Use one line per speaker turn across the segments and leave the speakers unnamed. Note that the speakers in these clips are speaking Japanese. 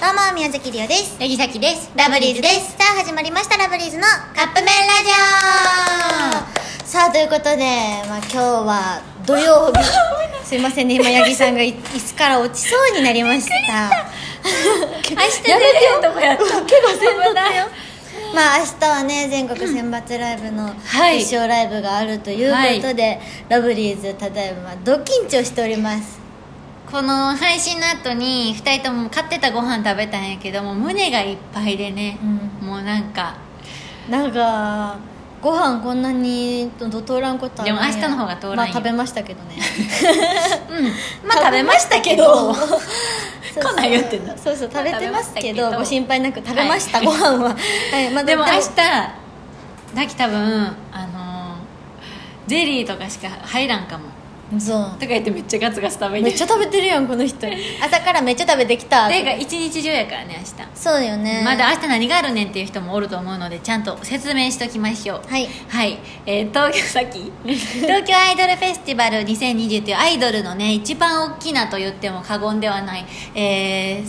どうも宮崎りおです
ヤギサキです
ラブリーズですさあ始まりましたラブリーズのカップ麺ラジオさあということで、まあ、今日は土曜 日すいませんね今八木さんがい椅子から落ちそうになりました
明日出るよとかやった怪我せんとったよ
まあ明日はね全国選抜ライブの
はい
決勝ライブがあるということで、ラブリーズただいまド緊張しております
この配信の後に2人とも買ってたご飯食べたんやけども胸がいっぱいでね、
う
もうなんか
なんかご飯こんなにど通らんことはないや
でも明日の方が通らんよ
まあ食べましたけどね
うんまあ食べましたけど
そうそう
来ないよってな
そうそう食べてますけど
食べましたけど
ご心配なく食べました、ご飯 は、はいまあ、
でも明日だき多分あのーゼリーとかしか入らんかも
そ
とか言ってめっちゃガツガツ食べ
う
に
めっちゃ食べてるやんこの 人朝からめっちゃ食べてきた
てか一日中やからね明日
そうよね
まだ明日何があるねんっていう人もおると思うのでちゃんと説明しときましょう
はい
はい、えー東京さっ き東京アイドルフェスティバル2020というアイドルのね一番大きなと言っても過言ではないえー、
フ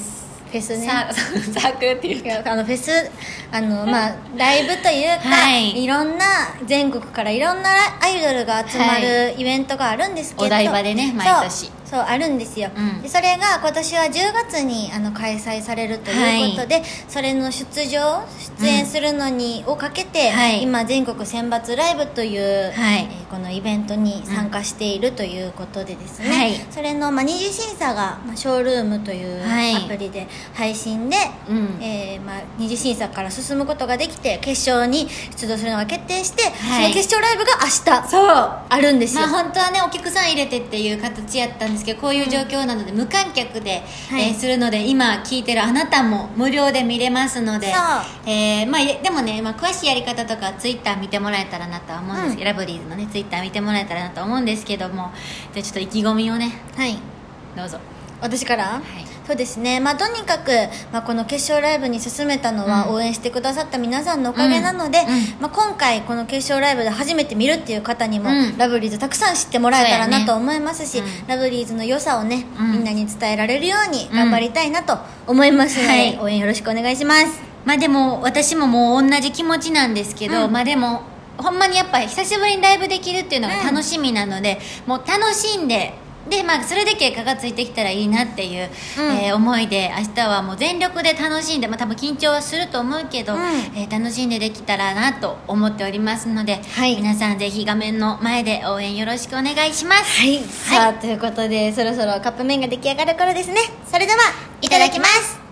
ェスね
サ ーサークルっていう
い
か
やあのフェスあの、ま あ、ライブというか、
はい
い、ろんな全国からいろんなアイドルが集まるイベントがあるんですけど、
お台場でね
そう
毎年
そうあるんですよ、
うん
でそれが今年は10月にあの開催されるということで、それの出場出演するのに、をかけて、
はい
今全国選抜ライブという、
はい
えーこのイベントに参加しているということでですね、
はい
それの、まあ、二次審査が、まあ、ショールームという
はい
アプリで配信で、
うん
えーまあ、二次審査から進むことができて決勝に出場するのが決定して、
はい
その決勝ライブが明日
そうま
あるんですよ、
あ本当はねお客さん入れてっていう形やったんですけどこういう状況なので無観客で、
はい
えーするので今聞いてるあなたも無料で見れますの
そ
で
う、
えーまあ、でもね、まあ、詳しいやり方とかツイッター見てもらえたらなとは思うんですけど、ラブリーズのねツイッター見てもらえたらなと思うんですけどもじゃあちょっと意気込みをね
はい
どうぞ
私から、
い
そうですね、まあ、とにかく、まあ、この決勝ライブに進めたのは、
うん
応援してくださった皆さんのおかげなので、
うんうん
まあ、今回この決勝ライブで初めて見るっていう方にも、
うん
ラブリーズたくさん知ってもらえたら
そうや
な
ね
と思いますし、
うん
ラブリーズの良さをね、
うん
みんなに伝えられるように頑張りたいなと思いますので、
はい
応援よろしくお願いします
まあでも私ももう同じ気持ちなんですけど、
うん
まあでもほんまにやっぱり久しぶりにライブできるっていうのが
うん
楽しみなので、もう楽しんででまあそれで結果がついてきたらいいなっていう、
うん
えー思いで明日はもう全力で楽しんでまあ多分緊張はすると思うけど、
うん
えー楽しんでできたらなと思っておりますので、
はい
皆さんぜひ画面の前で応援よろしくお願いします
はい、さあということでそろそろカップ麺が出来上がる頃ですねそれではいただきます